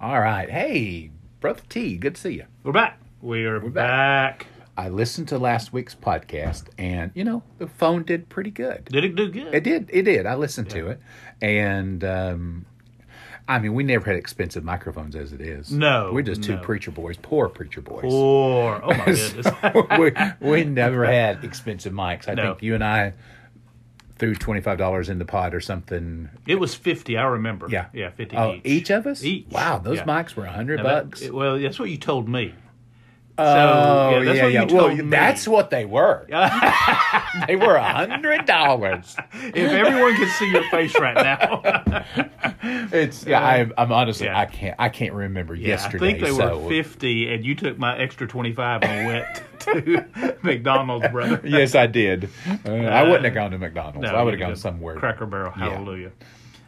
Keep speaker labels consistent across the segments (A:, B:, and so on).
A: All right. Hey, Brother T, good to see you.
B: We're back. We are back.
A: I listened to last week's podcast, and, you know, the phone did pretty good.
B: Did it do good?
A: It did. It did. I listened to it. And, um, I mean, we never had expensive microphones as it is.
B: No,
A: We're just two
B: no.
A: preacher boys, poor preacher boys.
B: Or oh my goodness.
A: we, we never had expensive mics. I
B: No.
A: think you and I threw twenty five dollars in the pot or something.
B: it was fifty, I remember.
A: Yeah,
B: Yeah, fifty
A: Oh,
B: each.
A: of us.
B: Each.
A: Wow, those
B: Yeah.
A: mics were a hundred
B: Now that-
A: bucks.
B: it- well, that's what you told me.
A: oh
B: yeah, that's
A: yeah,
B: what you
A: yeah.
B: told
A: well,
B: me.
A: that's what they were. they were a hundred dollars.
B: If everyone could see your face right now.
A: It's yeah. I'm, I'm honestly,
B: Yeah.
A: I can't. I can't remember
B: Yeah,
A: yesterday.
B: I think they
A: so,
B: were fifty and you took my extra twenty five and went to McDonald's, brother.
A: Yes, I did. Uh, I wouldn't have gone to McDonald's.
B: No,
A: I would
B: you
A: have gone
B: didn't.
A: somewhere
B: Cracker Barrel, hallelujah.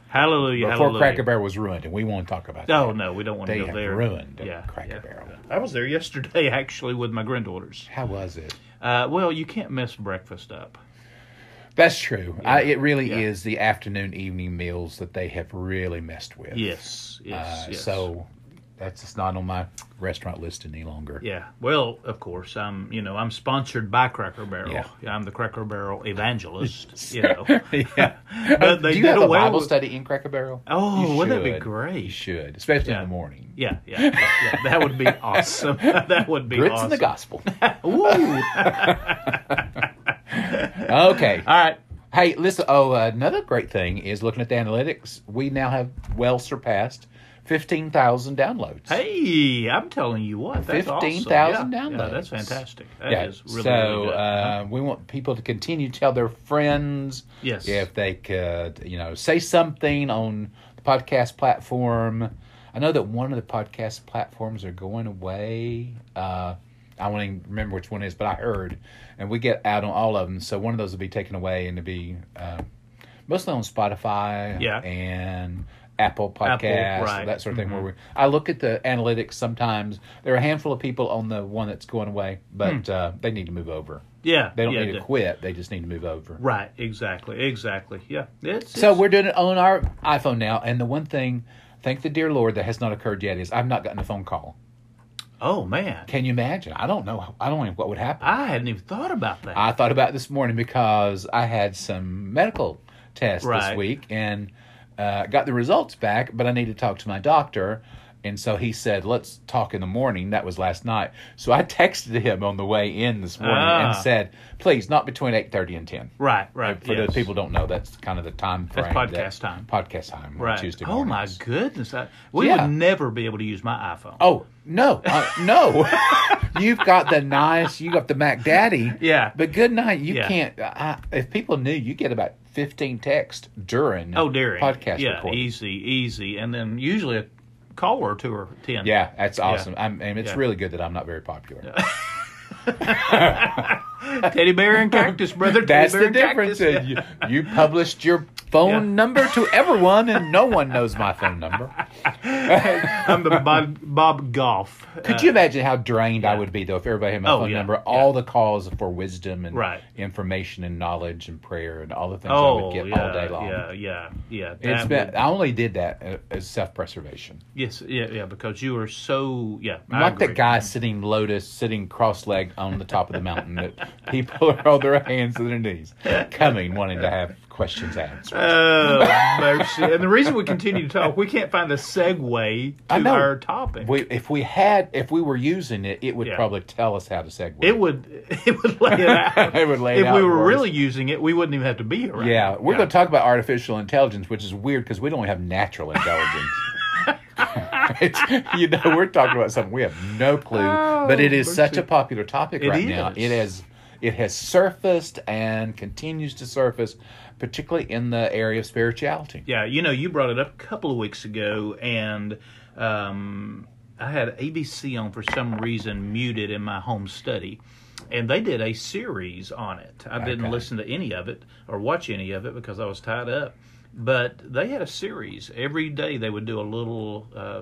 B: Hallelujah,
A: before
B: hallelujah.
A: Cracker Barrel was ruined, and we won't talk about that.
B: Oh no, we don't want
A: They
B: to go
A: have
B: there.
A: ruined
B: yeah,
A: Cracker
B: yeah.
A: Barrel.
B: I was there yesterday actually with my granddaughters.
A: How was it?
B: Uh, well, you can't mess breakfast up.
A: That's true. I, it really
B: Yeah.
A: is the afternoon, evening meals that they have really messed with.
B: Yes, yes,
A: Uh,
B: yes.
A: So that's just not on my restaurant list any longer.
B: yeah. Well, of course, I'm. You know, I'm sponsored by Cracker Barrel.
A: Yeah.
B: I'm the Cracker Barrel evangelist. you know.
A: Yeah. Uh,
B: But they
A: Do you
B: did
A: have a
B: away
A: Bible
B: with-
A: study in Cracker Barrel?
B: Oh,
A: You
B: wouldn't that be
A: should.
B: great?
A: You should, especially
B: Yeah.
A: in the morning.
B: Yeah, yeah, yeah, yeah. That would be awesome. that would be
A: Grits
B: awesome.
A: and the gospel.
B: Ooh.
A: okay.
B: All right.
A: Hey, listen. Oh, another great thing is looking at the analytics. We now have well surpassed fifteen thousand downloads.
B: Hey, I'm telling you what. That's awesome.
A: 15,000
B: yeah, Yeah,
A: downloads.
B: that's fantastic. That
A: yeah.
B: is really,
A: so
B: really good. Uh-huh.
A: uh, we want people to continue to tell their friends.
B: Yes.
A: If they could, you know, say something on the podcast platform. I know that one of the podcast platforms are going away. Uh, I won't even remember which one it is, but I heard, and we get out on all of them. So one of those will be taken away and to be uh, mostly on Spotify.
B: Yeah.
A: And Apple Podcasts,
B: Apple, right. Mm-hmm.
A: that sort of thing. Where we, I look at the analytics sometimes. There are a handful of people on the one that's going away, but uh, they need to move over.
B: yeah.
A: They don't
B: Hmm. yeah,
A: need to
B: yeah.
A: quit. They just need to move over.
B: Right. Exactly. Exactly. Yeah. It's,
A: So
B: it's-
A: we're doing it on our iPhone now, and the one thing, thank the dear Lord, that has not occurred yet is I've not gotten a phone call.
B: Oh man.
A: Can you imagine? I don't know. I don't know what would happen.
B: I hadn't even thought about that.
A: I thought about it this morning because I had some medical tests
B: Right.
A: this week and uh, got the results back, but I needed to talk to my doctor. And so he said, let's talk in the morning. That was last night. So I texted him on the way in this morning
B: Ah.
A: and said, please, not between 8.30 and 10.
B: right. Right.
A: For
B: yes.
A: those people who don't know, that's kind of the time frame.
B: podcast time.
A: Podcast time. on
B: Right.
A: Tuesday
B: oh my
A: mornings.
B: goodness. I, we
A: Yeah.
B: would never be able to use my iPhone.
A: Oh no, uh, no! You've got the nice, you got the Mac Daddy.
B: Yeah.
A: but good night. You
B: Yeah.
A: can't. I, if people knew, you get about fifteen texts during.
B: Oh, during
A: podcast
B: Yeah. e-
A: recording.
B: Easy. Easy. And then usually a call or two or ten.
A: Yeah, that's awesome. I'm, and it's
B: Yeah.
A: really good that I'm not very popular.
B: Teddy bear and cactus, brother. Teddy
A: That's
B: bear
A: the
B: and
A: difference.
B: cactus.
A: You, you published your phone
B: Yeah.
A: number to everyone, and no one knows my phone number.
B: I'm the Bob, Bob Golf.
A: Could you imagine how drained I would be though if everybody had my
B: Oh,
A: phone
B: yeah,
A: number?
B: yeah.
A: All the calls for wisdom and
B: Right.
A: information and knowledge and prayer and all the things I
B: Oh,
A: would get
B: yeah,
A: all day long.
B: yeah, yeah, yeah.
A: It's
B: that
A: been,
B: would-
A: I only did that uh, as self preservation.
B: yes, yeah, yeah. Because you are so yeah. I
A: Like
B: agree.
A: that guy sitting lotus, sitting cross legged on the top of the mountain that people are on their hands and their knees, coming wanting to have questions answered.
B: Oh mercy! And the reason we continue to talk, we can't find a segue
A: I
B: to
A: know.
B: our topic.
A: We, if we had, if we were using it, it would
B: Yeah.
A: probably tell us how to segue.
B: it would, it would lay it out.
A: It would lay it
B: if
A: out
B: we were
A: for us.
B: really using it, we wouldn't even have to be here. Right
A: Yeah,
B: now.
A: we're going to talk about artificial intelligence, which is weird because we don't have natural intelligence. It's- you know, we're talking about something we have no clue, but it is
B: Oh,
A: such
B: mercy.
A: a popular topic
B: It
A: right now.
B: is.
A: It has it has surfaced and continues to surface, particularly in the area of spirituality.
B: Yeah, you know, you brought it up a couple of weeks ago, and um, I had ABC on for some reason muted in my home study, and they did a series on it. I didn't
A: Okay.
B: listen to any of it or watch any of it because I was tied up, but they had a series. Every day they would do a little uh,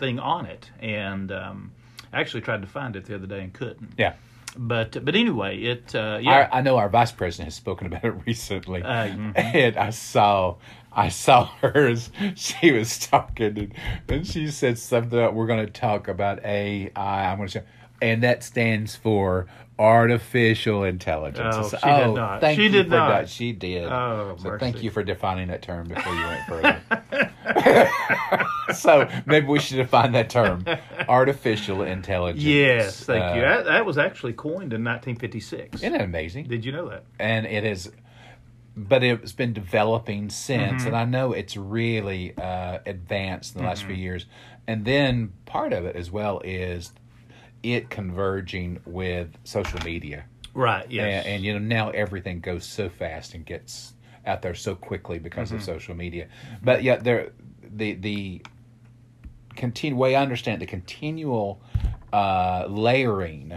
B: thing on it, and um, I actually tried to find it the other day and couldn't.
A: Yeah.
B: But but anyway, it uh, yeah. mm-hmm.
A: Our, I know our vice president has spoken about it recently,
B: Uh, mhm.
A: and I saw I saw hers. She was talking, and, and she said something. About, We're going to talk about AI. I'm going to show, and that stands for artificial intelligence.
B: Oh,
A: I said,
B: she did not.
A: Thank
B: She
A: you
B: did
A: for
B: not.
A: That. She did.
B: Oh,
A: so thank
B: mercy.
A: you for defining that term before you went further. so maybe we should define that term, artificial intelligence.
B: Yes, thank you.
A: Uh,
B: That, that was actually coined in 1956.
A: Isn't it amazing?
B: Did you know that?
A: and it is but it's been developing since and i know it's really uh, advanced in the last few years and then part of it as well is it converging with social media
B: Right.
A: A-
B: Yes.
A: and, you know now everything goes so fast and gets out there so quickly because of social media but yet there the the continue way i understand the continual uh, layering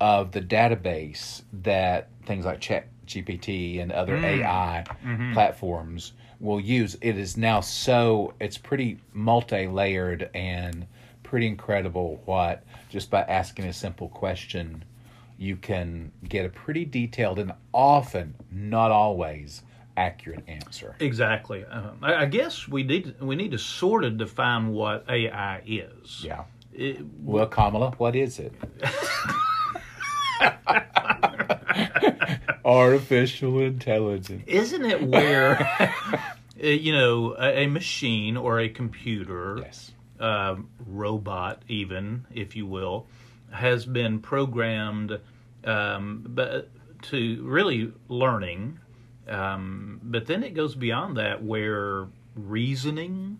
A: of the database that things like chat gpt and other ai platforms will use it is now so it's pretty multi-layered and pretty incredible what just by asking a simple question you can get a pretty detailed and often not always accurate answer
B: exactly. Um, I, I guess we need we need to sort of define what AI is.
A: yeah
B: It-
A: well kamala what is it artificial intelligence
B: isn't it where uh, you know a, a machine or a computer
A: yes
B: um, robot, even if you will, has been programmed um, but to really learning. Um, but then it goes beyond that, where reasoning,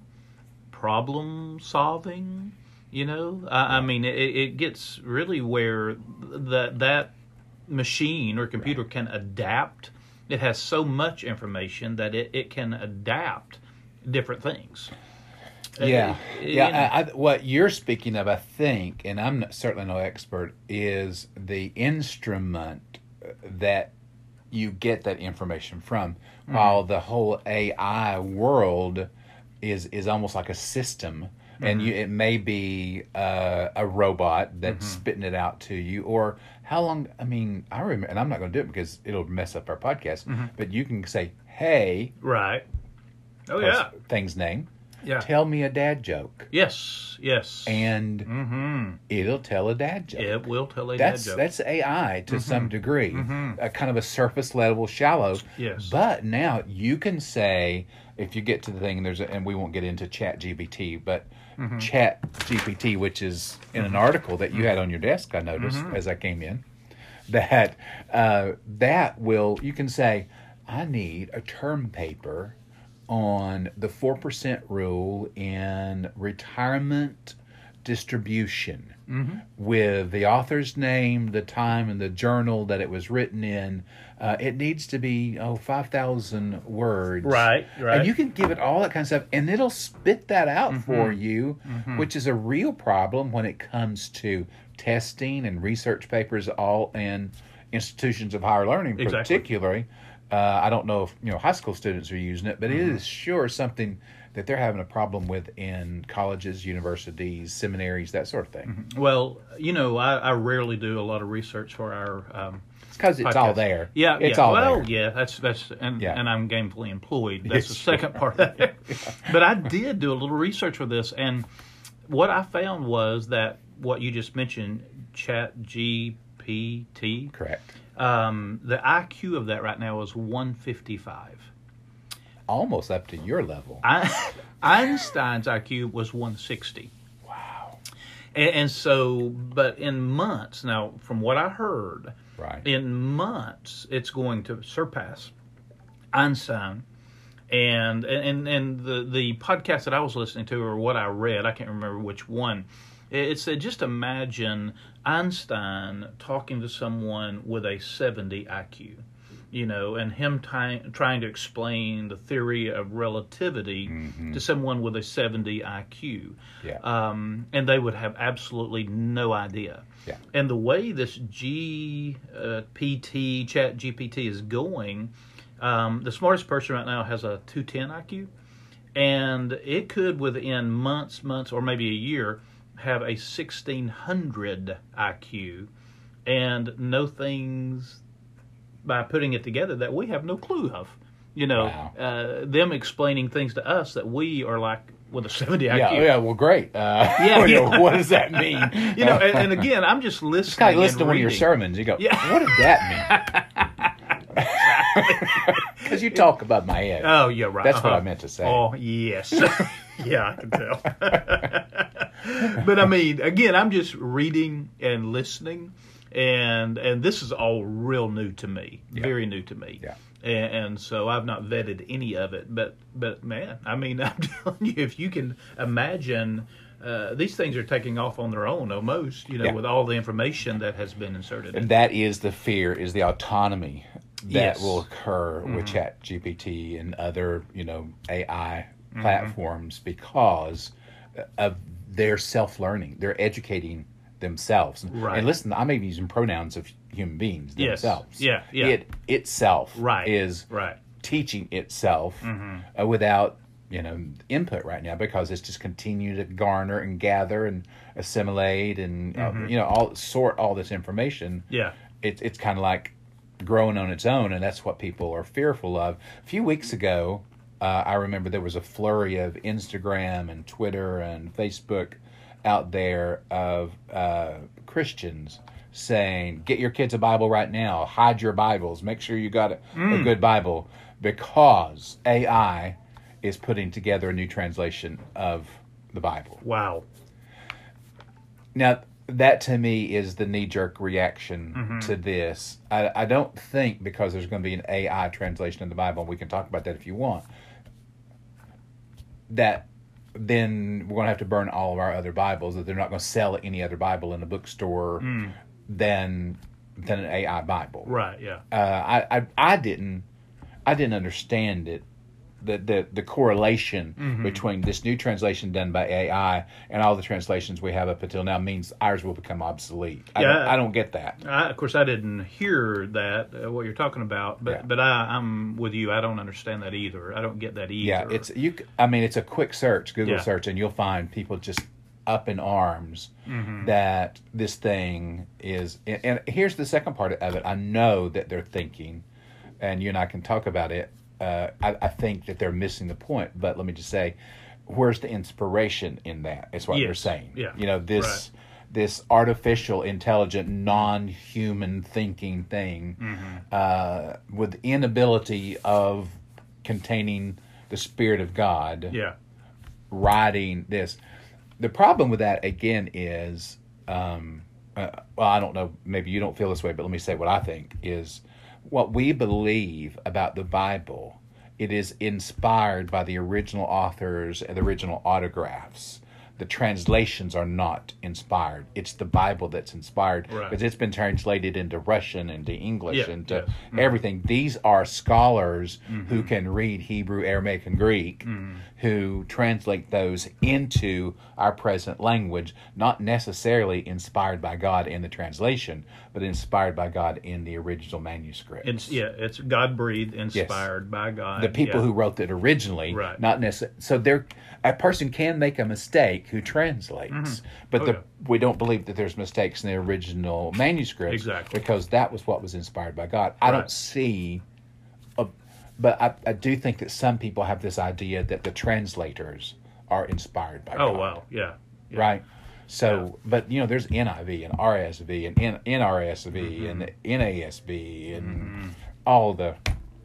B: problem solving, you know, I, I mean, it, it gets really where that that machine or computer can adapt. It has so much information that it, it can adapt different things.
A: Yeah,
B: Uh,
A: yeah.
B: you know.
A: I, I, what you're speaking of, I think, and I'm not- certainly no expert, is the instrument uh, that you get that information from.
B: Mm-hmm.
A: While the whole AI world is is almost like a system,
B: Mm-hmm.
A: and you, it may be uh, a robot that's
B: Mm-hmm.
A: spitting it out to you, or how long? I mean, I remember, and I'm not going to do it because it'll mess up our podcast.
B: Mm-hmm.
A: But you can say, "Hey,
B: Right. Oh yeah.
A: thing's name."
B: Yeah.
A: Tell me a dad joke
B: yes. Yes.
A: and
B: mm-hmm.
A: it'll tell a dad joke.
B: It will tell a
A: That's
B: dad joke. Mm-hmm.
A: that's AI to some degree, a kind of a surface level, shallow.
B: Yes.
A: But now you can say if you get to the thing, there's a, and we won't get into Chat GPT, but
B: Mm-hmm.
A: Chat GPT, which is in an article that you had on your desk, I noticed
B: Mm-hmm.
A: as I came in, that uh, that will you can say, I need a term paper on the four percent rule in retirement distribution with the author's name, the time, and the journal that it was written in. Uh, it needs to be oh five thousand words,
B: Right, right. Mm-hmm.
A: And you can give it all that kind of stuff, and it'll spit that out for you, which is a real problem when it comes to testing and research papers, all in institutions of higher learning,
B: Exactly.
A: particularly. Uh, I don't know if you know high school students are using it, but it
B: Mm-hmm.
A: is sure something that they're having a problem with in colleges, universities, seminaries, that sort of thing.
B: Mm-hmm. well, you know, I, I rarely do a lot of research for our. Um,
A: It's because it's all
B: podcast.
A: there.
B: Yeah.
A: it's
B: yeah.
A: all
B: well,
A: there.
B: yeah. That's that's and
A: Yeah.
B: and I'm gainfully employed.
A: Yes,
B: That's the
A: you
B: second part. Of that. But I did do a little research for this, and what I found was that what you just mentioned, Chat GPT,
A: Correct.
B: um, the IQ of that right now is 155.
A: Almost up to your level.
B: I, Einstein's IQ was 160.
A: wow.
B: And, and so, but in months, now, from what I heard,
A: Right.
B: in months, it's going to surpass Einstein. And and and the the podcast that I was listening to, or what I read, I can't remember which one. It it said, just imagine Einstein talking to someone with a 70 IQ, you know, and him ty- trying to explain the theory of relativity to someone with a 70 IQ
A: Yeah.
B: um, and they would have absolutely no idea.
A: Yeah.
B: And the way this GPT, uh, PT, Chat GPT is going, um, the smartest person right now has a 210 IQ, and it could within months, months, or maybe a year have a 1600 IQ, and know things by putting it together that we have no clue of. You know,
A: Wow.
B: uh, them explaining things to us that we are like with a 70 IQ.
A: Yeah, yeah. Well, great. Uh,
B: Yeah,
A: you know,
B: yeah.
A: What does that mean?
B: You know, and, and again, I'm just listening.
A: it's kind of listen
B: and
A: to one of your
B: reading.
A: sermons. You go,
B: Yeah.
A: what did that mean? Because you talk about my head.
B: Oh, yeah, right.
A: That's what I
B: Uh-huh.
A: meant to say.
B: Oh, yes. yeah, I can tell. but I mean, again, I'm just reading and listening, and and this is all real new to me, very new to me.
A: Yeah.
B: And, and so I've not vetted any of it, but but man, I mean, I'm telling you, if you can imagine. Uh, these things are taking off on their own almost, you know,
A: Yeah.
B: with all the information that has been inserted.
A: And that is the fear is the autonomy that
B: Yes. Mm-hmm.
A: will occur with chat gpt and other you know ai
B: Mm-hmm.
A: platforms because of their self-learning they're educating themselves
B: Right.
A: and listen i'm even using pronouns of human beings
B: Yes.
A: themselves
B: Yeah, yeah.
A: it itself
B: right.
A: is
B: right.
A: teaching itself uh, without you know input right now because it's just continue to garner and gather and assimilate and uh, you know all sort all this information
B: Yeah.
A: it's it's kind of like growing on its own, and that's what people are fearful of. A few weeks ago, uh, I remember there was a flurry of Instagram and Twitter and Facebook out there of uh, Christians saying, "Get your kids a Bible right now. Hide your Bibles. Make sure you got a, a good Bible because AI is putting together a new translation of the Bible."
B: Wow.
A: Now, that to me is the knee jerk reaction to this. I, I don't think because there's going to be an AI translation in the Bible, and we can talk about that if you want, that then we're going to have to burn all of our other Bibles, that they're not going to sell any other Bible in a bookstore than, than an AI Bible
B: Right. Yeah.
A: uh, I, I I didn't I didn't understand it the the, the correlation between this new translation done by AI and all the translations we have up until now means ours will become obsolete. I, don't,
B: Yeah.
A: I don't get that.
B: I, of course, I didn't hear that uh, what you're talking about, but
A: Yeah.
B: but I, I'm with you. I don't understand that either. I don't get that either.
A: Yeah, it's you. c- I mean, it's a quick search, Google
B: Yeah.
A: search, and you'll find people just up in arms
B: Mm-hmm.
A: that this thing is. And, and here's the second part of it. I know that they're thinking, and you and I can talk about it. Uh, I, I think that they're missing the point. But let me just say, where's the inspiration in that? Is what they're
B: Yes,
A: saying.
B: yeah,
A: You know this.
B: right.
A: This artificial, intelligent, non-human thinking thing uh, with the inability of containing the spirit of God
B: yeah,
A: writing this. The problem with that again is, um, uh, well, I don't know. Maybe you don't feel this way, but let me say what I think is what we believe about the Bible. It is inspired by the original authors and the original autographs. The translations are not inspired. It's the Bible that's inspired
B: Right.
A: because it's been translated into Russian, into English,
B: Yeah,
A: into
B: yeah.
A: everything. These are scholars who can read Hebrew, Aramaic, and Greek, who translate those into our present language, not necessarily inspired by God in the translation, but inspired by God in the original manuscript.
B: it's yeah, it's God breathed, inspired by God.
A: the people
B: yeah.
A: who wrote it originally,
B: Right.
A: not necessarily. So there, a person can make a mistake who translates, but
B: Oh,
A: the,
B: yeah.
A: we don't believe that there's mistakes in the original manuscript,
B: Exactly.
A: because that was what was inspired by God. I
B: Right.
A: don't see but I, I do think that some people have this idea that the translators are inspired by
B: Oh
A: God,
B: wow, yeah, yeah.
A: right? So, but you know, there's NIV and RSV and N- NRSV
B: Mm-hmm.
A: and NASB and all the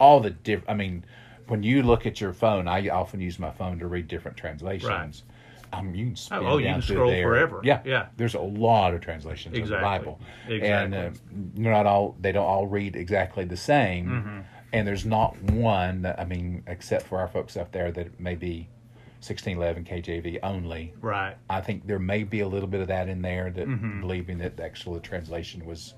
A: all the different. I mean, when you look at your phone, I often use my phone to read different translations. Um, you can spin
B: oh, you
A: down
B: can
A: through
B: scroll
A: there.
B: forever.
A: Yeah,
B: Yeah.
A: There's a lot of translations of the
B: Exactly.
A: Bible, and
B: Exactly. Mm-hmm.
A: uh, they're not all they don't all read exactly the same. And there's not one that I mean, except for our folks up there that may be 1611 KJV only.
B: Right.
A: I think there may be a little bit of that in there that
B: Mm-hmm.
A: believing that the actual translation was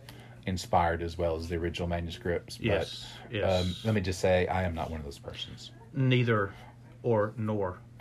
A: inspired as well as the original manuscripts.
B: Yes.
A: But um,
B: yes.
A: let me just say, I am not one of those persons.
B: Neither or nor.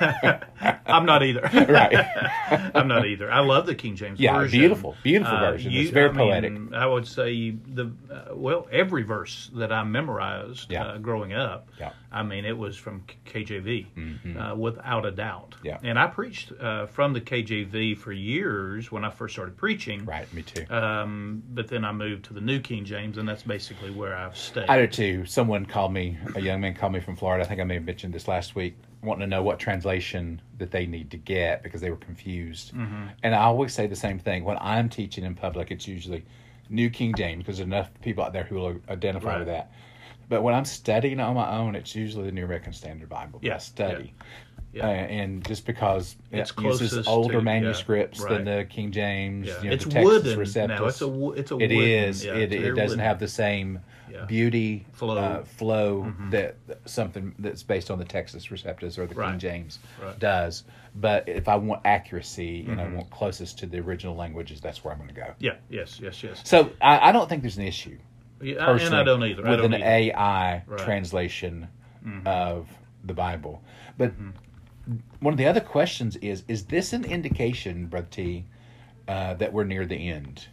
B: I'm not either.
A: Right.
B: I'm not either. I love the King James
A: Yeah,
B: version.
A: beautiful, beautiful version. It's very
B: mean,
A: poetic.
B: I would say the uh, well, every verse that I memorized
A: Yeah.
B: uh, growing up.
A: Yeah. Mm-hmm.
B: I mean, it was from K- KJV uh, without a doubt.
A: Yeah.
B: And I preached uh, from the KJV for years when I first started preaching.
A: Right, me too.
B: Um, but then I moved to the New King James, and that's basically where I've stayed.
A: I do too. Someone called me, a young man called me from Florida. I think I may have mentioned this last week, wanting to know what translation that they need to get because they were confused.
B: Mm-hmm.
A: And I always say the same thing when I'm teaching in public. It's usually New King James because there's enough people out there who will identify with
B: Right.
A: that. But when I'm studying on my own, it's usually the New American Standard Bible. that I
B: Yeah,
A: study.
B: yeah.
A: Uh, and just because
B: It's
A: it uses
B: closest
A: older
B: to- yeah,
A: manuscripts than
B: right.
A: the King James,
B: Yeah.
A: you know,
B: it's
A: the Textus
B: wooden now.
A: Receptus.
B: It's a wo- it's a
A: It
B: wooden,
A: is.
B: yeah,
A: it
B: it's
A: it
B: very
A: doesn't
B: wooden.
A: have the same
B: Yeah.
A: beauty
B: Flow. Mm-hmm.
A: uh, flow that something that's based on the Texas Receptus or the King
B: Right.
A: James
B: Right. Mm-hmm.
A: does. But if I want accuracy and I want closest to the original languages, that's where I'm going to go.
B: Yeah. Yes. Yes. Yes.
A: So I, I don't think there's an issue
B: Yeah, I-
A: personally
B: and I don't either.
A: with
B: I don't
A: an
B: either.
A: AI
B: Right. Mm-hmm.
A: translation of the Bible. But one of the other questions is: Is this an indication, Brother T, uh, that we're near the end?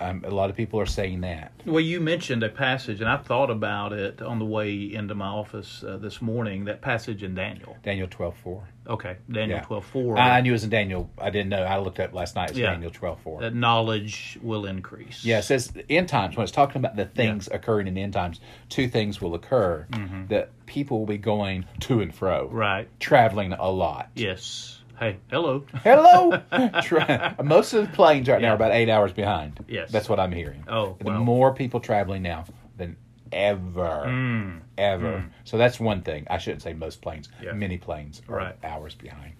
A: Um, a lot of people are saying that.
B: Well, you mentioned a passage, and I thought about it on the way into my office uh, this morning. That passage in Daniel.
A: Daniel twelve four.
B: Okay, Daniel
A: Yeah.
B: twelve four.
A: I I knew it was in Daniel. I didn't know. I looked up last night. It's
B: Yeah.
A: Daniel twelve four.
B: that knowledge will increase.
A: Yeah, it says end times. When it's talking about the things occurring in end times, two things will occur: that people will be going to and fro,
B: Mm-hmm. Right.
A: traveling a lot.
B: Yes. Hey. Hello.
A: Hello. Tra- Most of the planes right now
B: Yeah.
A: are about eight hours behind.
B: Yes.
A: that's what I'm hearing.
B: Oh,
A: the
B: wow.
A: more people traveling now than ever, ever. So that's one thing. I shouldn't say most planes.
B: Mm. Yeah.
A: Many planes are
B: Right.
A: hours behind.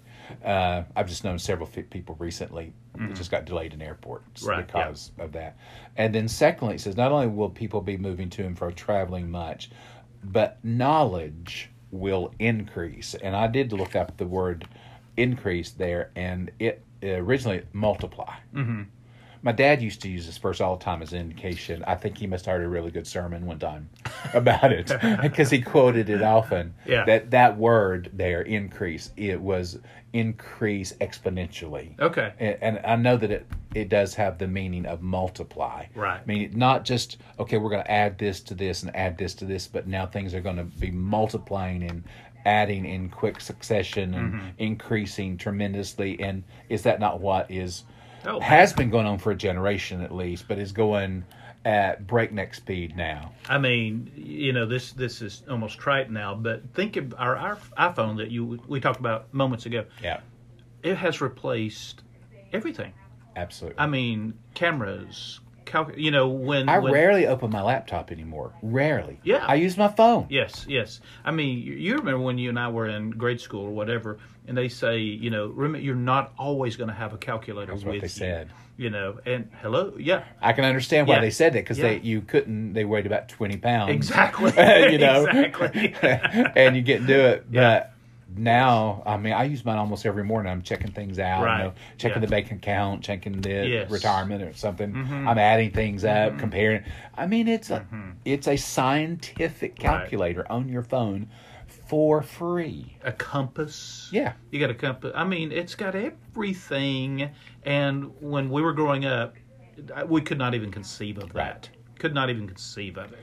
A: Uh, I've just known several fi- people recently that just got delayed in airports
B: Mm-hmm. Right, yeah.
A: because of that. And then secondly, it says not only will people be moving to and fro, traveling much, but knowledge will increase. And I did look up the word increase there, and it originally multiply.
B: Mm-hmm.
A: My dad used to use this verse all the time as an indication. I think he must have heard a really good sermon one time about it because he quoted it often.
B: Yeah.
A: That that word there, increase, it was increase exponentially.
B: Okay.
A: And, and I know that it, it does have the meaning of multiply.
B: Right.
A: I mean, not just, okay, we're going to add this to this and add this to this, but now things are going to be multiplying and adding in quick succession and
B: Mm-hmm.
A: increasing tremendously. And is that not what is
B: Oh.
A: has been going on for a generation at least, but is going at breakneck speed now?
B: I mean, you know, this this is almost trite now, but think of our, our iPhone that you we talked about moments ago.
A: Yeah,
B: It has replaced everything.
A: absolutely.
B: I mean, cameras. Cal- you know, when
A: I
B: when,
A: rarely open my laptop anymore. Rarely.
B: Yeah.
A: I use my phone.
B: Yes, yes. I mean, you, you remember when you and I were in grade school or whatever, and they say, you know, remember, you're not always going to have a calculator
A: That's
B: with
A: what they
B: you.
A: said.
B: You know, and hello, yeah,
A: I can understand why
B: Yeah.
A: they said that because they
B: Yeah.
A: you couldn't. They weighed about twenty pounds.
B: exactly.
A: you know,
B: exactly.
A: and you get to do it. But now, I mean, I use mine almost every morning. I'm checking things out,
B: Right.
A: you know, checking
B: Yeah.
A: the bank account, checking the
B: Yes. Mm-hmm.
A: retirement or something. I'm adding things up, comparing. I mean, it's a it's a scientific calculator on your phone for free.
B: a compass.
A: Yeah.
B: You got a compass. I mean, it's got everything. And when we were growing up, I- we could not even conceive of that. Could not even conceive of it.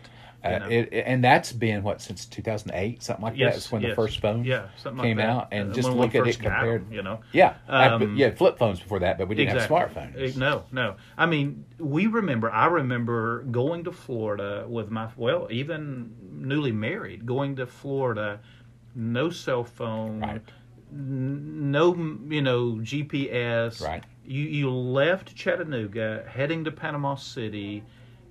B: you
A: Uh,
B: know.
A: it, it- and that's been what since 2008, something like that.
B: Yes,
A: That's when the
B: yes.
A: first phone
B: yeah, something
A: came
B: like that.
A: out, and
B: Uh,
A: just
B: when we
A: look at it
B: first got 'em,
A: compared.
B: you know.
A: Yeah, I- but
B: Um,
A: yeah, flip phones before that, but we didn't have
B: Exactly.
A: smartphones.
B: Uh, No, no. I mean, we remember. I remember going to Florida with my well, even newly married, going to Florida, no cell phone,
A: Right.
B: n- no, you know, GPS.
A: Right.
B: You you left Chattanooga, heading to Panama City,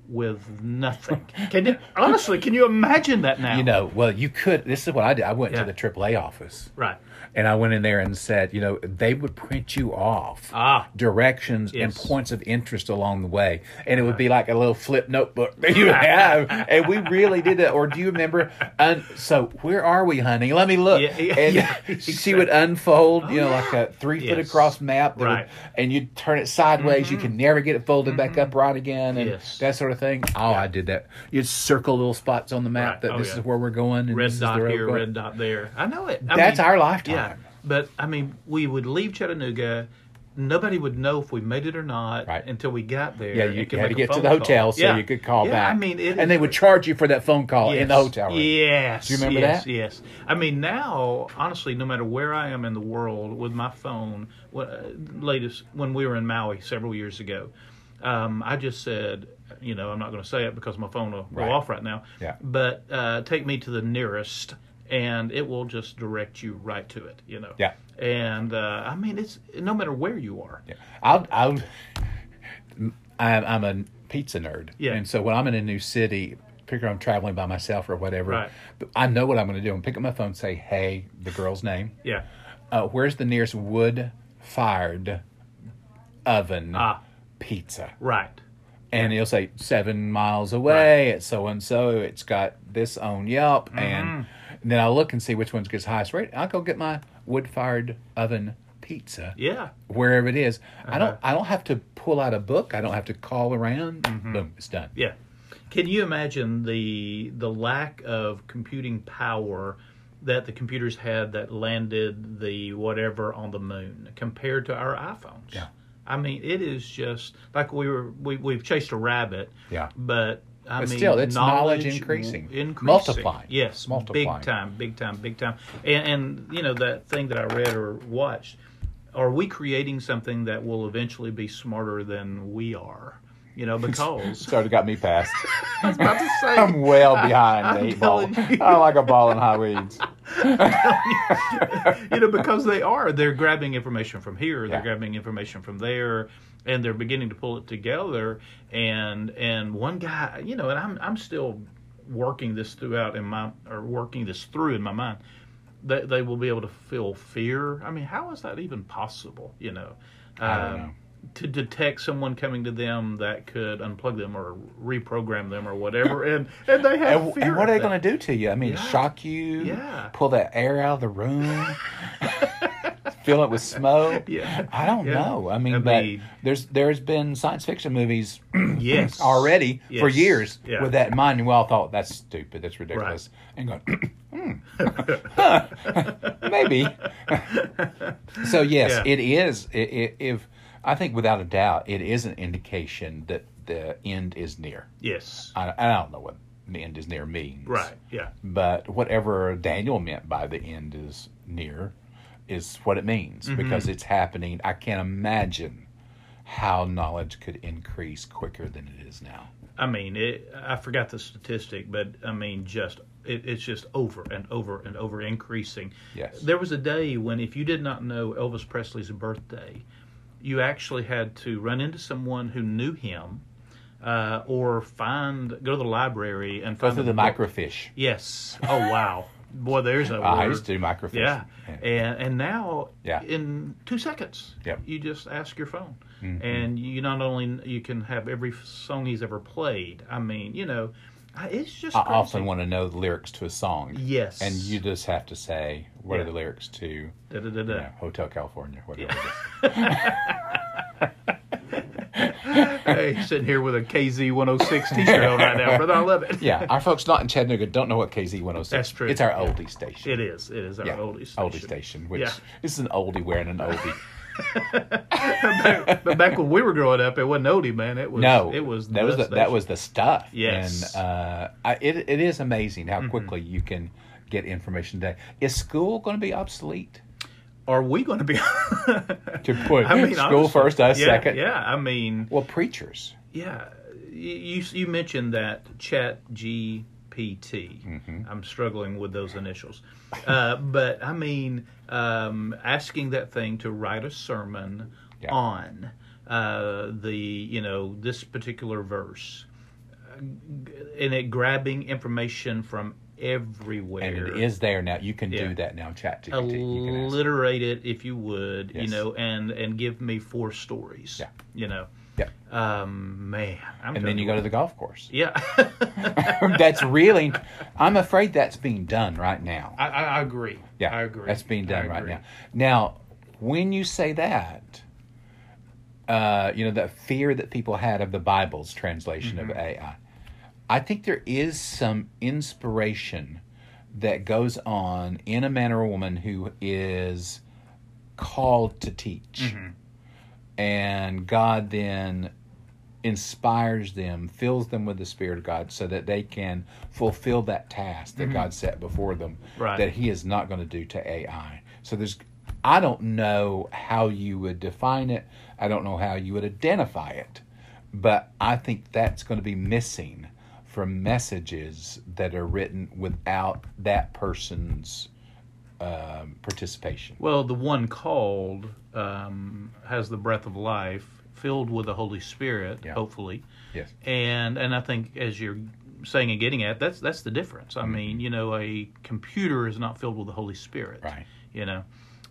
B: with nothing. can you, honestly? Can you imagine that now?
A: You know, well, you could. This is what I did. I went
B: Yeah.
A: to the AAA office,
B: Right.
A: and I went in there and said, you know, they would print you off
B: Ah.
A: directions and
B: Yes. Uh-huh.
A: points of interest along the way, and it would be like a little flip notebook that you would have. and we really did that. Or do you remember? Un- so where are we, honey? Let me look.
B: Yeah, yeah,
A: and
B: yeah, Oh,
A: she would unfold, you know,
B: yeah.
A: like a three foot
B: Yes.
A: across map, that would-
B: Right. Mm-hmm.
A: and you'd turn it sideways. You can never get it folded back up right again, and
B: Yes.
A: that sort of thing. Oh, I did that. You'd circle little spots on the map
B: Right.
A: that
B: Oh,
A: this
B: yeah.
A: is where we're going. And this
B: Red
A: is
B: dot
A: the road
B: here,
A: going.
B: red dot there. I know it. I
A: That's
B: mean,
A: our
B: Yeah,
A: lifetime.
B: But I mean, we would leave Chattanooga. Nobody would know if we made it or not
A: Right.
B: until we got there.
A: Yeah,
B: and
A: you
B: could
A: had
B: make
A: to get
B: a
A: to
B: phone
A: the hotel
B: call.
A: so
B: Yeah.
A: you could call
B: yeah,
A: back.
B: I mean, it
A: and they
B: is-
A: would charge you for that phone call in the
B: Yes.
A: hotel room.
B: Yes.
A: Do you remember
B: yes,
A: that?
B: Yes. I mean, now, honestly, no matter where I am in the world with my phone, what, uh, latest, when we were in Maui several years ago, um, I just said, you know, I'm not going to say it because my phone will
A: Right.
B: go off right now.
A: Yeah.
B: But uh, take me to the nearest, and it will just direct you right to it, you know.
A: Yeah.
B: And uh, I mean, it's no matter where you are.
A: Yeah. I'll, I'll, I'm, I'm a pizza nerd.
B: Yeah.
A: And so when I'm in a new city, particularly I'm traveling by myself or whatever,
B: Right.
A: I know what I'm going to do. I'm pick up my phone, and say, "Hey, the girl's name.
B: Yeah.
A: Uh, where's the nearest wood-fired oven
B: Ah.
A: pizza?"
B: Right.
A: and it'll say seven miles away at so and so. It's got this on Yelp, and then I look and see which one's gets highest rate. I'll go get my wood-fired oven pizza
B: Yeah.
A: wherever it is. I don't. I don't have to pull out a book. I don't have to call around. Boom, it's done.
B: Yeah. Can you imagine the the lack of computing power that the computers had that landed the whatever on the moon compared to our iPhones?
A: Yeah.
B: I mean, it is just like we were we we've chased a rabbit.
A: Yeah.
B: But I
A: But
B: mean,
A: still, it's knowledge
B: w-
A: increasing.
B: increasing,
A: Multiplying.
B: Yes,
A: Multiplying.
B: big time, big time, big time. And, and you know that thing that I read or watched. Are we creating something that will eventually be smarter than we are? You know, because
A: Started got me past.
B: I was about to say.
A: I'm well behind
B: I'm
A: the eight ball.
B: telling you.
A: I'm like a ball in high weeds.
B: you know, because they are. They're grabbing information from here. They're
A: Yeah.
B: grabbing information from there, and they're beginning to pull it together. And and one guy, you know, and I'm I'm still working this throughout in my or working this through in my mind. They they will be able to feel fear. I mean, how is that even possible? You know.
A: I don't
B: Um,
A: know.
B: To detect someone coming to them that could unplug them or reprogram them or whatever, and and they have
A: And,
B: fear.
A: and what are
B: of
A: they
B: that.
A: going to do to you? I mean,
B: Yeah.
A: shock you?
B: Yeah.
A: Pull that air out of the room? fill it with smoke?
B: Yeah.
A: I don't
B: Yeah.
A: know. I mean,
B: I
A: but
B: mean-
A: there's there's been science fiction movies
B: Yes.
A: already for
B: Yes.
A: years
B: Yeah.
A: with that in mind. And we all thought that's stupid, that's ridiculous, and going, hmm, maybe. so yes,
B: Yeah.
A: it is. i i if I think without a doubt, it is an indication that the end is near.
B: Yes.
A: I, I don't know what the end is near means,
B: Right. Yeah.
A: But whatever Daniel meant by the end is near is what it means
B: Mm-hmm.
A: because it's happening. I can't imagine how knowledge could increase quicker than it is now.
B: I mean, it, I forgot the statistic, but I mean, just it, it's just over and over and over increasing.
A: Yes.
B: There was a day when, if you did not know Elvis Presley's birthday, you actually had to run into someone who knew him, uh, or find go to the library and
A: Go
B: find
A: through the
B: book.
A: microfiche.
B: Yes. Oh wow, boy, there's a
A: I
B: word.
A: used to do microfiche.
B: Yeah. And and now
A: Yeah.
B: in two seconds,
A: Yep. Mm-hmm.
B: you just ask your phone, and you not only you can have every f- song he's ever played. I mean, you know, I- it's just
A: I
B: crazy.
A: often want to know the lyrics to a song.
B: Yes.
A: And you just have to say, what are
B: Yeah.
A: the lyrics to you
B: Da, da, da, da.
A: know, Hotel California, whatever. it is.
B: hey, sitting here with a KZ 106 T-shirt on right now, brother. I love it.
A: Yeah. Our folks not in Chattanooga don't know what KZ 106
B: That's true.
A: It's our oldie station.
B: It is. It is our
A: Yeah,
B: oldie station.
A: Oldie station, which
B: Yeah.
A: is an oldie wearing an oldie.
B: but back when we were growing up, it wasn't oldie, man. It was.
A: No,
B: It was.
A: that was the, that
B: station.
A: was the stuff.
B: Yes. Mm-hmm.
A: and uh, I, it it is amazing how quickly you can get information today. Is school going to be obsolete?
B: Are we going to be?
A: To put school
B: honestly,
A: first, us
B: yeah,
A: second.
B: Yeah. I mean.
A: Well, preachers.
B: Yeah, you you, you mentioned that Chat GPT.
A: Mm-hmm.
B: I'm struggling with those initials, uh, but I mean, um, asking that thing to write a sermon
A: Yeah.
B: on uh, the you know this particular verse, uh, and it grabbing information from everywhere
A: And it is there now. You can
B: Yeah.
A: do that now. Chat GPT. You can ask.
B: alliterate it if you would, you
A: Yes.
B: know, and and give me four stories.
A: Yeah.
B: You know.
A: Yeah.
B: Um, man, I'm
A: And then
B: telling
A: you go to the golf course.
B: Yeah,
A: that's really. I'm afraid that's being done right now.
B: I, I I agree.
A: Yeah,
B: I agree.
A: That's being done
B: I
A: right
B: agree.
A: now. Now, when you say that, uh, you know that fear that people had of the Bible's translation of
B: Mm-hmm.
A: AI, I think there is some inspiration that goes on in a man or woman who is called to teach. And God then inspires them, fills them with the Spirit of God so that they can fulfill that task that God set before them
B: Right.
A: that He is not going to do to AI. So there's, I don't know how you would define it, I don't know how you would identify it, but I think that's going to be missing from messages that are written without that person's um, participation.
B: Well, the one called um, has the breath of life, filled with the Holy Spirit,
A: Yeah.
B: hopefully.
A: Yes.
B: And and I think as you're saying and getting at, that's that's the difference.
A: Mm-hmm.
B: I mean, you know, a computer is not filled with the Holy Spirit.
A: Right.
B: You know.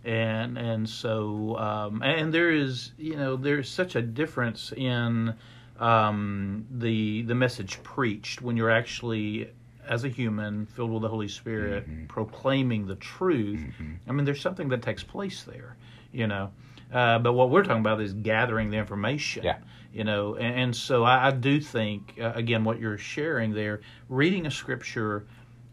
B: And and so um, and there is you know there's such a difference in um, the the message preached when you're actually as a human filled with the Holy Spirit proclaiming the truth. I mean, there's something that takes place there, you know. Uh, but what we're talking about is gathering the information,
A: Yeah.
B: you know. And, and so I, I do think uh, again what you're sharing there, reading a scripture.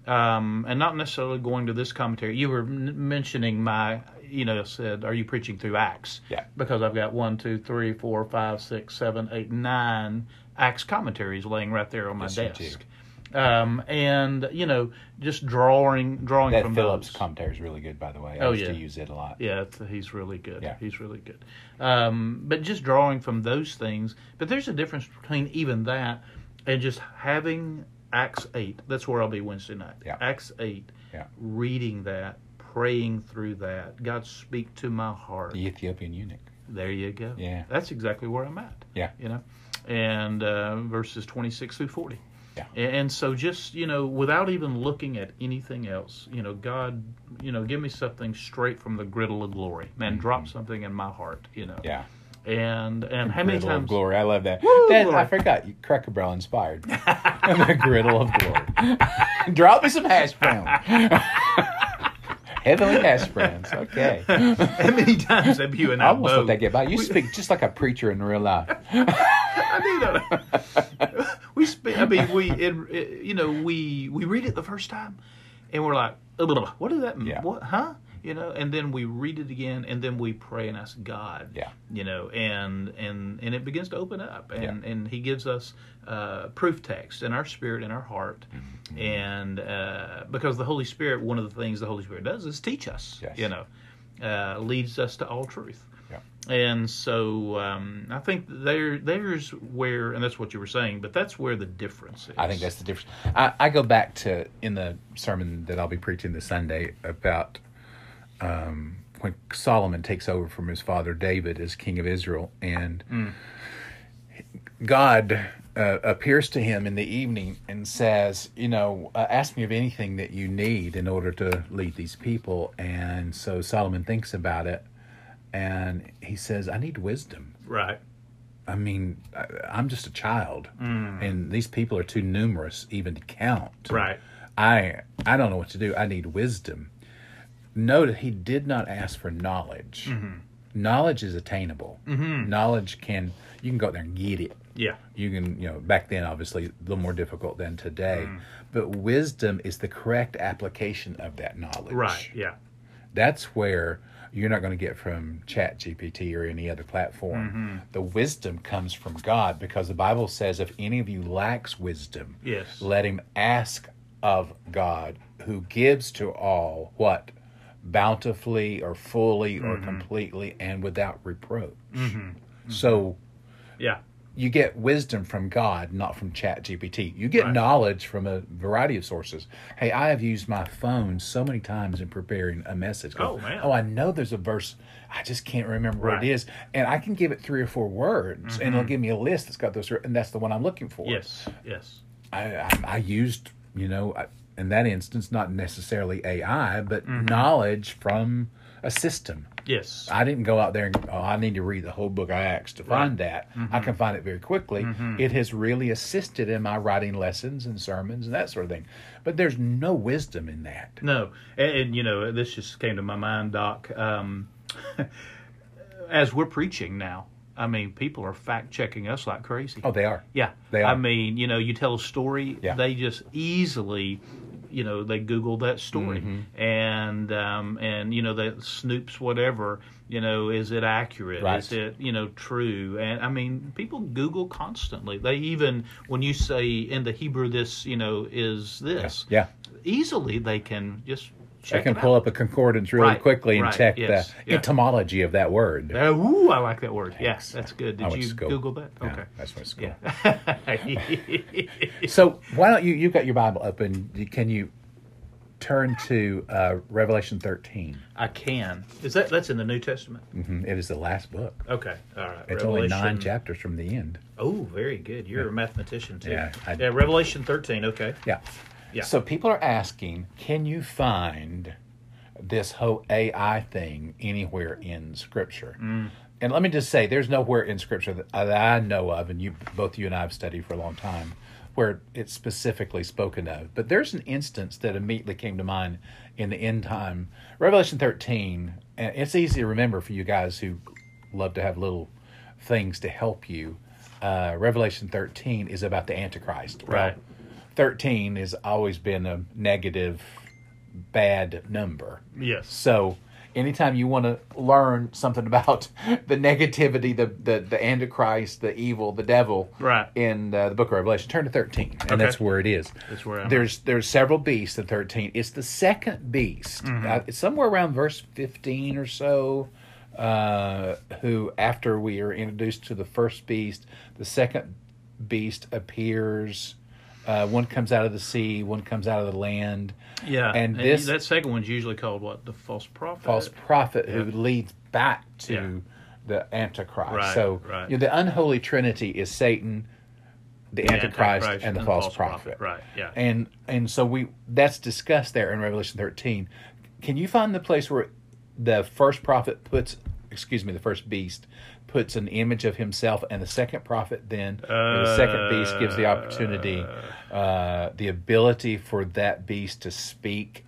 B: Um, and not necessarily going to this commentary. You were n- mentioning my, you know, said, are you preaching through Acts?
A: Yeah.
B: because I've got one, two, three, four, five, six, seven, eight, nine Acts commentaries laying right there on my
A: Yes, you do.
B: desk. Um, and you know, just drawing, drawing
A: That
B: from
A: Phillips
B: those.
A: commentary is really good, by the way. I
B: Oh,
A: used to
B: yeah.
A: use it a lot.
B: Yeah, it's- he's really good.
A: Yeah.
B: He's really good. Um, but just drawing from those things. But there's a difference between even that and just having Acts 8. That's where I'll be Wednesday night.
A: Yeah.
B: Acts 8.
A: Yeah.
B: Reading that, praying through that. God speak to my heart.
A: The Ethiopian eunuch.
B: There you go.
A: Yeah.
B: That's exactly where I'm at.
A: Yeah.
B: You know, and uh, verses 26 through 40.
A: Yeah.
B: A- And so just, you know, without even looking at anything else, you know, God, you know, give me something straight from the griddle of glory. Man, drop something in my heart, you know.
A: Mm-hmm. Yeah.
B: And and how many
A: Griddle of
B: times
A: glory. I love that.
B: Woo,
A: that
B: glory.
A: I forgot. You Cracker Barrel inspired. the griddle of glory. Drop me some hash browns. Heavenly hash browns. Okay.
B: how many times have you and
A: I
B: I,
A: almost let
B: both
A: that get by. You speak just like a preacher in real life.
B: I do know. we spend. I mean, we. It, it, you know, we we read it the first time, and we're like, "Uh, blah, blah, what does that? mean?
A: Yeah.
B: What? Huh? You know. And then we read it again, and then we pray and ask God.
A: Yeah.
B: You know, and and and it begins to open up, and and He gives us uh, proof text in our spirit, in our heart,
A: Mm-hmm.
B: and uh, because the Holy Spirit, one of the things the Holy Spirit does is teach us.
A: Yes.
B: You know, uh, leads us to all truth
A: Yeah.
B: and so um, I think there there's where, and that's what you were saying, but that's where the difference is.
A: I think that's the difference. I, I go back to in the sermon that I'll be preaching this Sunday about um, when Solomon takes over from his father David as king of Israel, and God uh, appears to him in the evening and says, "You know, uh, ask me of anything that you need in order to lead these people." And so Solomon thinks about it, and he says, "I need wisdom."
B: right.
A: I mean, I, I'm just a child, and these people are too numerous even to count.
B: Mm. Right.
A: I I don't know what to do. I need wisdom. Note that he did not ask for knowledge.
B: Mm-hmm.
A: Knowledge is attainable. Knowledge can you can go out there and get it.
B: Yeah.
A: You can you know back then obviously a little more difficult than today,
B: Mm.
A: but wisdom is the correct application of that knowledge.
B: Right. Yeah.
A: That's where you're not going to get from Chat GPT or any other platform. The wisdom comes from God because the Bible says, if any of you lacks wisdom,
B: Yes.
A: let him ask of God who gives to all what? Bountifully or fully or completely and without reproach. So
B: Yeah.
A: you get wisdom from God, not from Chat GPT. You get
B: Right.
A: knowledge from a variety of sources. Hey, I have used my phone so many times in preparing a message.
B: Oh, man.
A: Oh, I know there's a verse. I just can't remember what
B: Right. Mm-hmm.
A: it is. And I can give it three or four words, and it'll give me a list that's got those, and that's the one I'm looking for.
B: Yes. Yes.
A: I, I, I used, you know, I, in that instance, not necessarily AI, but
B: Mm-hmm.
A: knowledge from a system.
B: Yes.
A: I didn't go out there and oh, I need to read the whole book of Acts to find that.
B: Mm-hmm.
A: I can find it very quickly. It has really assisted in my writing lessons and sermons and that sort of thing. But there's no wisdom in that.
B: No, and, and, you know, this just came to my mind, Doc. Um, as we're preaching now, I mean, people are fact checking us like crazy.
A: Oh, they are.
B: Yeah,
A: They
B: I
A: are.
B: mean, you know, you tell a story,
A: Yeah.
B: they just easily, you know they Google that story
A: Mm-hmm.
B: and um, and you know that Snoop's whatever you know is it accurate
A: Right.
B: is it you know true and I mean people Google constantly they even when you say in the Hebrew this you know is this
A: Yeah.
B: easily they can just
A: I
B: check
A: can
B: it
A: pull
B: out.
A: up a concordance really
B: Right,
A: quickly and
B: right,
A: check
B: yes,
A: the
B: yeah.
A: etymology of that word.
B: Uh, ooh, I like that word. Yes, that's good.
A: I
B: Did
A: went
B: you
A: to school.
B: Google that?
A: Yeah,
B: Okay.
A: that's what's cool.
B: Yeah.
A: So why don't you? You've got your Bible open. Can you turn to uh, Revelation 13?
B: I can. Is that that's in the New Testament?
A: Mhm. It is the last book.
B: Okay. All right.
A: It's only nine chapters from the end.
B: Oh, very good. You're a mathematician too.
A: Yeah, I-
B: yeah. Revelation 13. Okay.
A: Yeah.
B: Yeah.
A: So people are asking, can you find this whole AI thing anywhere in Scripture? And let me just say, there's nowhere in Scripture that, uh, that I know of, and you both you and I have studied for a long time, where it's specifically spoken of. But there's an instance that immediately came to mind in the end time, Revelation 13. And it's easy to remember for you guys who love to have little things to help you. Uh, Revelation 13 is about the Antichrist.
B: Right.
A: 13 has always been a negative, bad number.
B: Yes.
A: So, anytime you want to learn something about the negativity, the the, the antichrist, the evil, the devil,
B: Right.
A: in uh, the Book of Revelation, turn to 13, and
B: Okay.
A: that's where it is.
B: That's where I'm at.
A: there's there's several beasts in 13. It's the second beast,
B: Mm-hmm.
A: Uh, it's somewhere around verse 15 or so. Uh, who after we are introduced to the first beast, the second beast appears. Uh, one comes out of the sea, one comes out of the land.
B: Yeah.
A: and this
B: that second one's usually called what? The false prophet.
A: false prophet who leads back to
B: Yeah.
A: the antichrist.
B: Right,
A: so
B: right.
A: you know, the unholy trinity is Satan, the,
B: the
A: antichrist, and the false, prophet.
B: Right. Yeah.
A: And and so we that's discussed there in Revelation 13. Can you find the place where the first prophet puts excuse me, the first beast puts an image of himself and the second prophet then and the second beast gives the opportunity uh, the ability for that beast to speak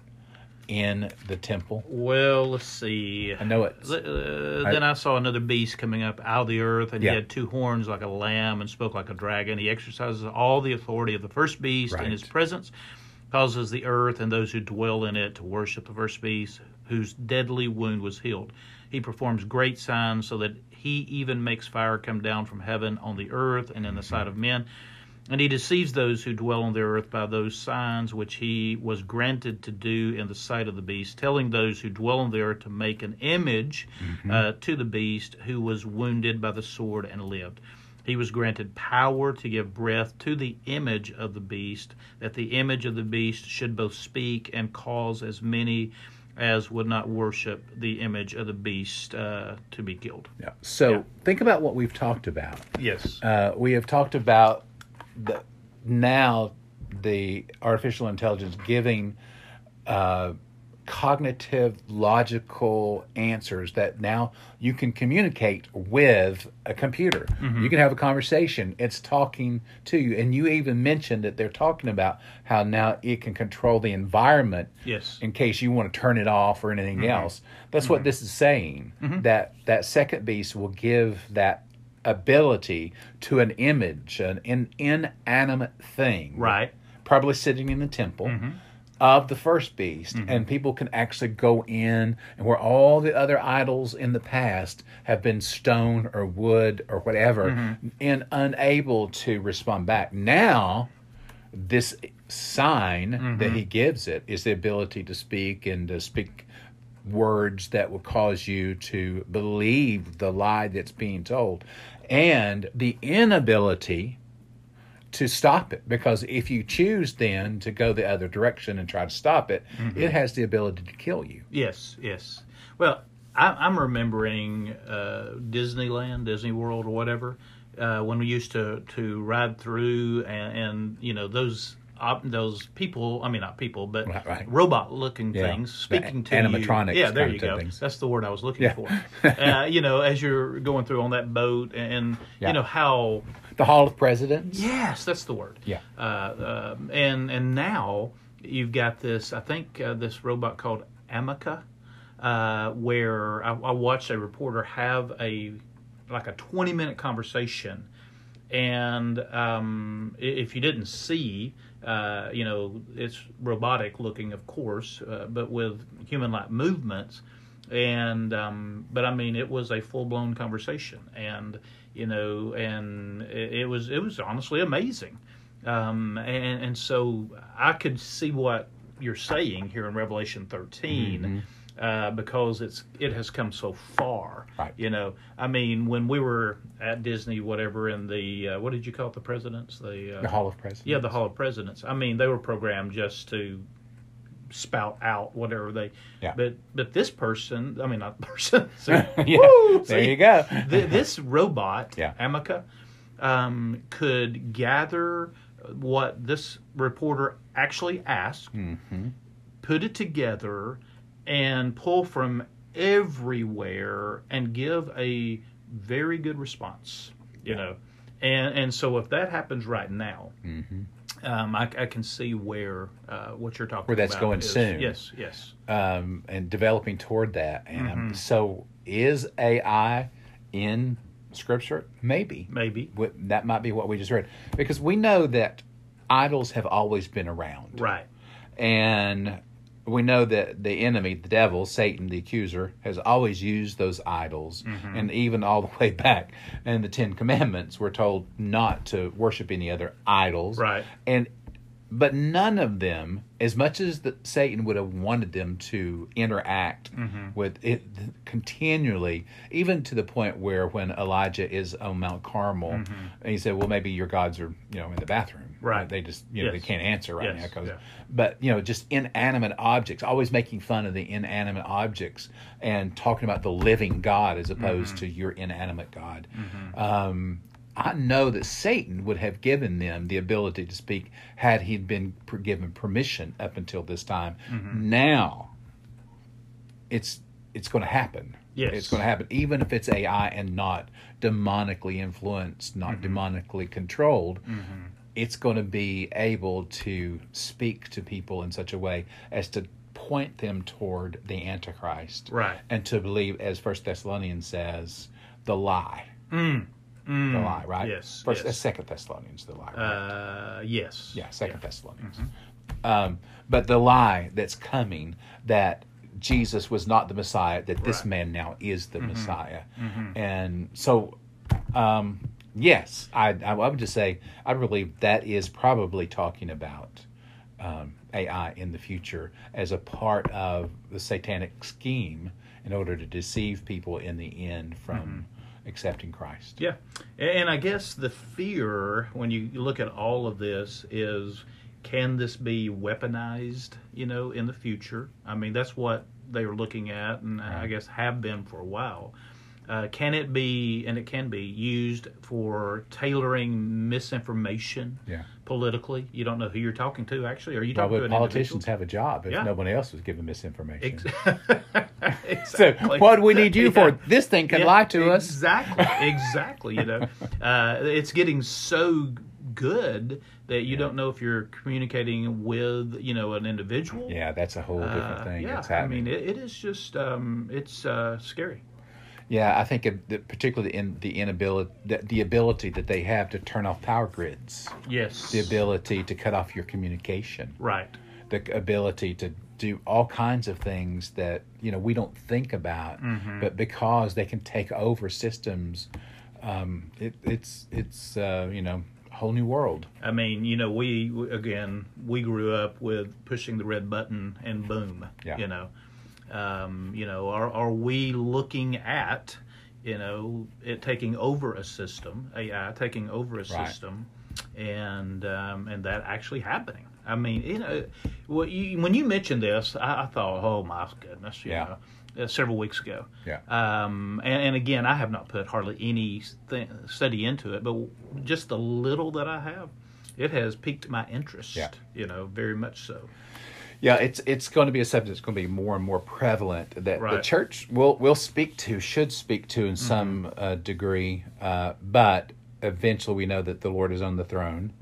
A: in the temple.
B: well, let's see.
A: I know it's
B: Uh, then I saw another beast coming up out of the earth, and
A: Yeah.
B: he had two horns like a lamb and spoke like a dragon. He exercises all the authority of the first beast,
A: Right.
B: and his presence causes the earth and those who dwell in it to worship the first beast, whose deadly wound was healed. He performs great signs so that he even makes fire come down from heaven on the earth and in the sight of men. And he deceives those who dwell on the earth by those signs which he was granted to do in the sight of the beast, telling those who dwell on the earth to make an image uh, to the beast who was wounded by the sword and lived. He was granted power to give breath to the image of the beast, that the image of the beast should both speak and cause as many as would not worship the image of the beast uh, to be killed.
A: Yeah. So
B: Yeah.
A: think about what we've talked about.
B: Yes.
A: Uh, we have talked about the now the artificial intelligence giving uh, cognitive, logical answers that now you can communicate with a computer. You can have a conversation. It's talking to you, and you even mentioned that they're talking about how now it can control the environment
B: yes.
A: in case you want to turn it off or anything else. That's what this is saying. That that second beast will give that ability to an image, an in, inanimate thing,
B: Right.
A: Probably sitting in the temple. Of the first beast, and people can actually go in, and where all the other idols in the past have been stone or wood or whatever, and unable to respond back. Now, this sign that he gives it is the ability to speak and to speak words that will cause you to believe the lie that's being told and the inability to stop it because if you choose then to go the other direction and try to stop it it has the ability to kill you
B: Yes, yes. Well, I, I'm remembering uh, Disneyland, Disney World, or whatever, uh, when we used to, to ride through, and, and you know those op, those people. I mean, not people, but
A: Right, right.
B: robot-looking
A: Yeah,
B: things
A: the
B: speaking to
A: animatronics
B: you. Yeah, there
A: kind
B: you
A: of
B: go.
A: things.
B: That's the word I was looking
A: Yeah.
B: for. uh, you know, as you're going through on that boat, and, and
A: Yeah.
B: you know how
A: the hall of presidents
B: Yes, that's the word.
A: Yeah.
B: Uh, um, and and now you've got this. I think uh, this robot called Amica, uh, where I, I watched a reporter have a like a twenty minute conversation and um, i- if you didn't see, uh, you know, it's robotic looking, of course, uh, but with human-like movements. And um, but I mean, it was a full-blown conversation, and you know, and it, it was it was honestly amazing. Um, and and so I could see what you're saying here in Revelation 13. Uh, because it's it has come so far,
A: Mm-hmm. Right.
B: you know, I mean, when we were at Disney, whatever, in the uh, what did you call it, the presidents, the, uh,
A: The Hall of Presidents.
B: yeah, the Hall of Presidents. I mean, they were programmed just to spout out whatever they.
A: Yeah.
B: But but this person, I mean, not person. So,
A: Yeah,
B: woo,
A: there
B: see,
A: you go.
B: th- this robot,
A: Yeah.
B: Amica, um, could gather what this reporter actually asked,
A: Mhm.
B: put it together, and pull from everywhere and give a very good response. You know, and and so if that happens right now, um, I, I can see where uh, what you're talking
A: Mm-hmm. Where that's
B: about
A: going
B: is-
A: soon.
B: Yes, yes.
A: um, and developing toward that. And um, so, is AI in Scripture? Maybe.
B: Maybe.
A: Wh- That might be what we just read. Because we know that idols have always been around.
B: Right.
A: And we know that the enemy, the devil, Satan, the accuser, has always used those idols. And even all the way back in the Ten Commandments, we're told not to worship any other idols.
B: Right.
A: And but none of them, as much as the, Satan would have wanted them to interact
B: Mm-hmm.
A: with it continually, even to the point where when Elijah is on Mount Carmel, and he said, "Well, maybe your gods are, you know, in the bathroom.
B: Mm-hmm. Right.
A: They just, you know,
B: Yes.
A: they can't answer right
B: Yes,
A: now 'cause-
B: yeah.
A: but you know just inanimate objects always making fun of the inanimate objects and talking about the living god as opposed
B: Mm-hmm.
A: to your inanimate god um, i know that satan would have given them the ability to speak had he been per- given permission up until this time
B: Mm-hmm.
A: now it's it's going to happen
B: Yes.
A: it's going to happen even if it's ai and not demonically influenced not
B: Mm-hmm.
A: demonically controlled it's going to be able to speak to people in such a way as to point them toward the antichrist
B: Right.
A: and to believe as first thessalonians says the lie
B: Mm,
A: the lie right
B: Hmm. Yes,
A: first
B: yes.
A: second thessalonians the lie right?
B: Uh, Mm-hmm. yes.
A: Oh. Yeah, Second Thessalonians. Um, but the lie that's coming that Jesus was not the Messiah, that this
B: Right. Mm-hmm.
A: man now is the Messiah, and so um, yes, I, I would just say I believe that is probably talking about um, AI in the future as a part of the satanic scheme in order to deceive people in the end from
B: Mm-hmm.
A: accepting Christ.
B: Yeah. And I guess the fear when you look at all of this is can this be weaponized, you know, in the future? I mean, that's what they are looking at and I guess have been for a while. Uh, can it be, and it can be, used for tailoring misinformation
A: Yeah.
B: politically? You don't know who you're talking to, actually. Are you
A: Why
B: talking to
A: would
B: an
A: politicians have a job if
B: Yeah.
A: no one else was giving misinformation?
B: individual?
A: So
B: exactly.
A: what do we need you
B: Yeah.
A: for? This thing can
B: Yeah,
A: lie to us.
B: Exactly, exactly. You know, uh, it's getting so good that you don't know if you're communicating with you know an individual.
A: Yeah, that's a whole different
B: Uh,
A: thing
B: yeah,
A: that's
B: I
A: happening.
B: mean, it, it is just um, it's uh, scary.
A: yeah, I think of the, particularly in the inability, the, the ability that they have to turn off power grids,
B: Yes,
A: the ability to cut off your communication,
B: right,
A: the ability to do all kinds of things that you know we don't think about,
B: Mm-hmm.
A: but because they can take over systems, um, it, it's it's uh, you know a whole new world.
B: I mean, you know, we we- again we grew up with pushing the red button and boom.
A: Yeah.
B: You know, um, you know, are are we looking at, you know, it taking over a system, AI taking over a system, and um, and that actually happening? I mean, you know, well, you, when you mentioned this, I, I thought, oh my goodness, you
A: Yeah.
B: know. Uh, several weeks ago,
A: Yeah.
B: um, and, and again, I have not put hardly any th- study into it, but just the little that I have, it has piqued my interest.
A: Yeah.
B: You know, very much so.
A: Yeah, it's it's going to be a subject that's going to be more and more prevalent that the
B: Right. Mm-hmm.
A: church will will speak to, should speak to in some uh, degree, uh, but eventually we know that the uh,
B: Mm-hmm.
A: Lord is on the throne,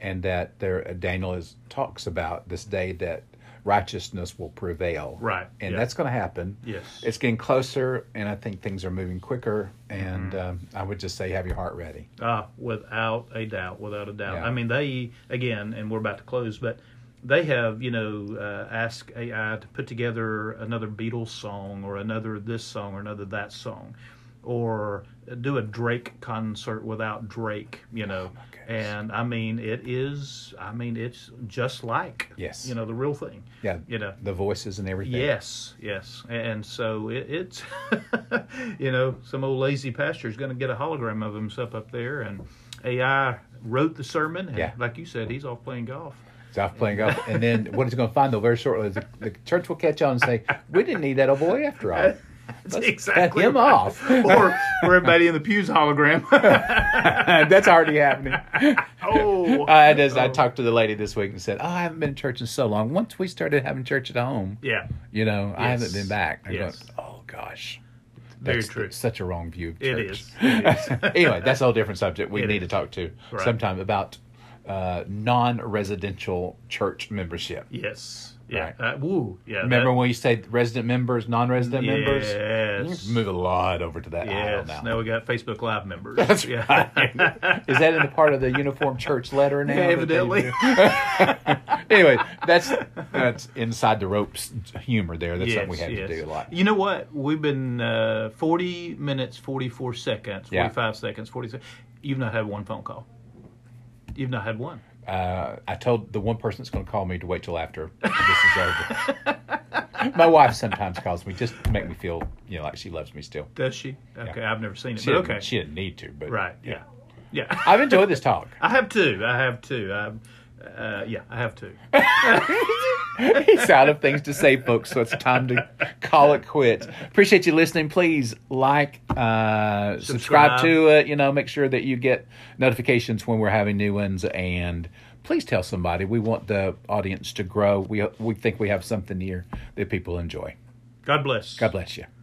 A: and that there Daniel is talks about this day that righteousness will prevail.
B: Right,
A: And
B: yeah.
A: that's going to happen.
B: Yes.
A: It's getting closer, and I think things are moving quicker. And
B: Mm-hmm.
A: um, I would just say, have your heart ready.
B: Ah, without a doubt, without a doubt.
A: Yeah.
B: I mean, they again, and we're about to close, but they have you know uh, asked AI to put together another Beatles song or another this song or another that song, or do a Drake concert without Drake. You know,
A: Oh, goodness.
B: and I mean, it is. I mean, it's just like
A: Yes.
B: you know, the real thing.
A: Yeah.
B: You know,
A: The voices and everything.
B: Yes, yes, and so it, it's you know some old lazy pastor is going to get a hologram of himself up there, and AI wrote the sermon, and
A: Yeah.
B: like you said, he's off playing golf.
A: It's off playing golf. And then what it's going to find, though, very shortly, the, the church will catch on and say, we didn't need that old boy after all.
B: That's
A: Let's cut him off.
B: or or everybody in the pews hologram.
A: That's already happening.
B: oh,
A: I, just, I
B: Oh.
A: talked to the lady this week and said, "Oh, I haven't been to church in so long. Once we started having church at home,
B: Yeah,
A: you know, I haven't been
B: Yes.
A: back." I
B: Yes.
A: go, "Oh gosh,
B: Very
A: that's
B: true.
A: Such a wrong view. Of
B: It
A: church.
B: is. It is.
A: anyway, that's a whole different subject. We
B: It
A: need to
B: is.
A: talk to
B: Right.
A: sometime about uh, non-residential church membership.
B: yes, yeah,
A: Right.
B: uh, woo, yeah.
A: Remember
B: that-
A: when you said resident members, non-resident members?
B: Yes.
A: Move a lot over to that aisle
B: Yes.
A: now.
B: Now we got Facebook Live members.
A: That's
B: yeah.
A: right. Is that in the part of the uniform church letter now? that they
B: Evidently.
A: do? anyway, that's that's inside the ropes humor there. That's something we have to do a lot.
B: You know what? We've been uh, 40 minutes, 44 seconds, 45
A: Yeah.
B: seconds, 40 seconds. You've not had one phone call. You've not had one.
A: Uh, I told the one person that's going to call me to wait till after this is over. My wife sometimes calls me just to make me feel, you know, like she loves me still.
B: Does she? Okay, I've never seen it.
A: She
B: but
A: didn't,
B: okay.
A: she didn't need to, but
B: right. Yeah. Yeah.
A: I've enjoyed this talk.
B: I have two. I have two. I'm, uh, yeah, I have two.
A: He's out of things to say, folks, so it's time to call it quits. Appreciate you listening. Please like, uh, subscribe.
B: Subscribe.
A: to it. You know, make sure that you get notifications when we're having new ones, and please tell somebody. We want the audience to grow. We we think we have something here that people enjoy.
B: God bless.
A: God bless you.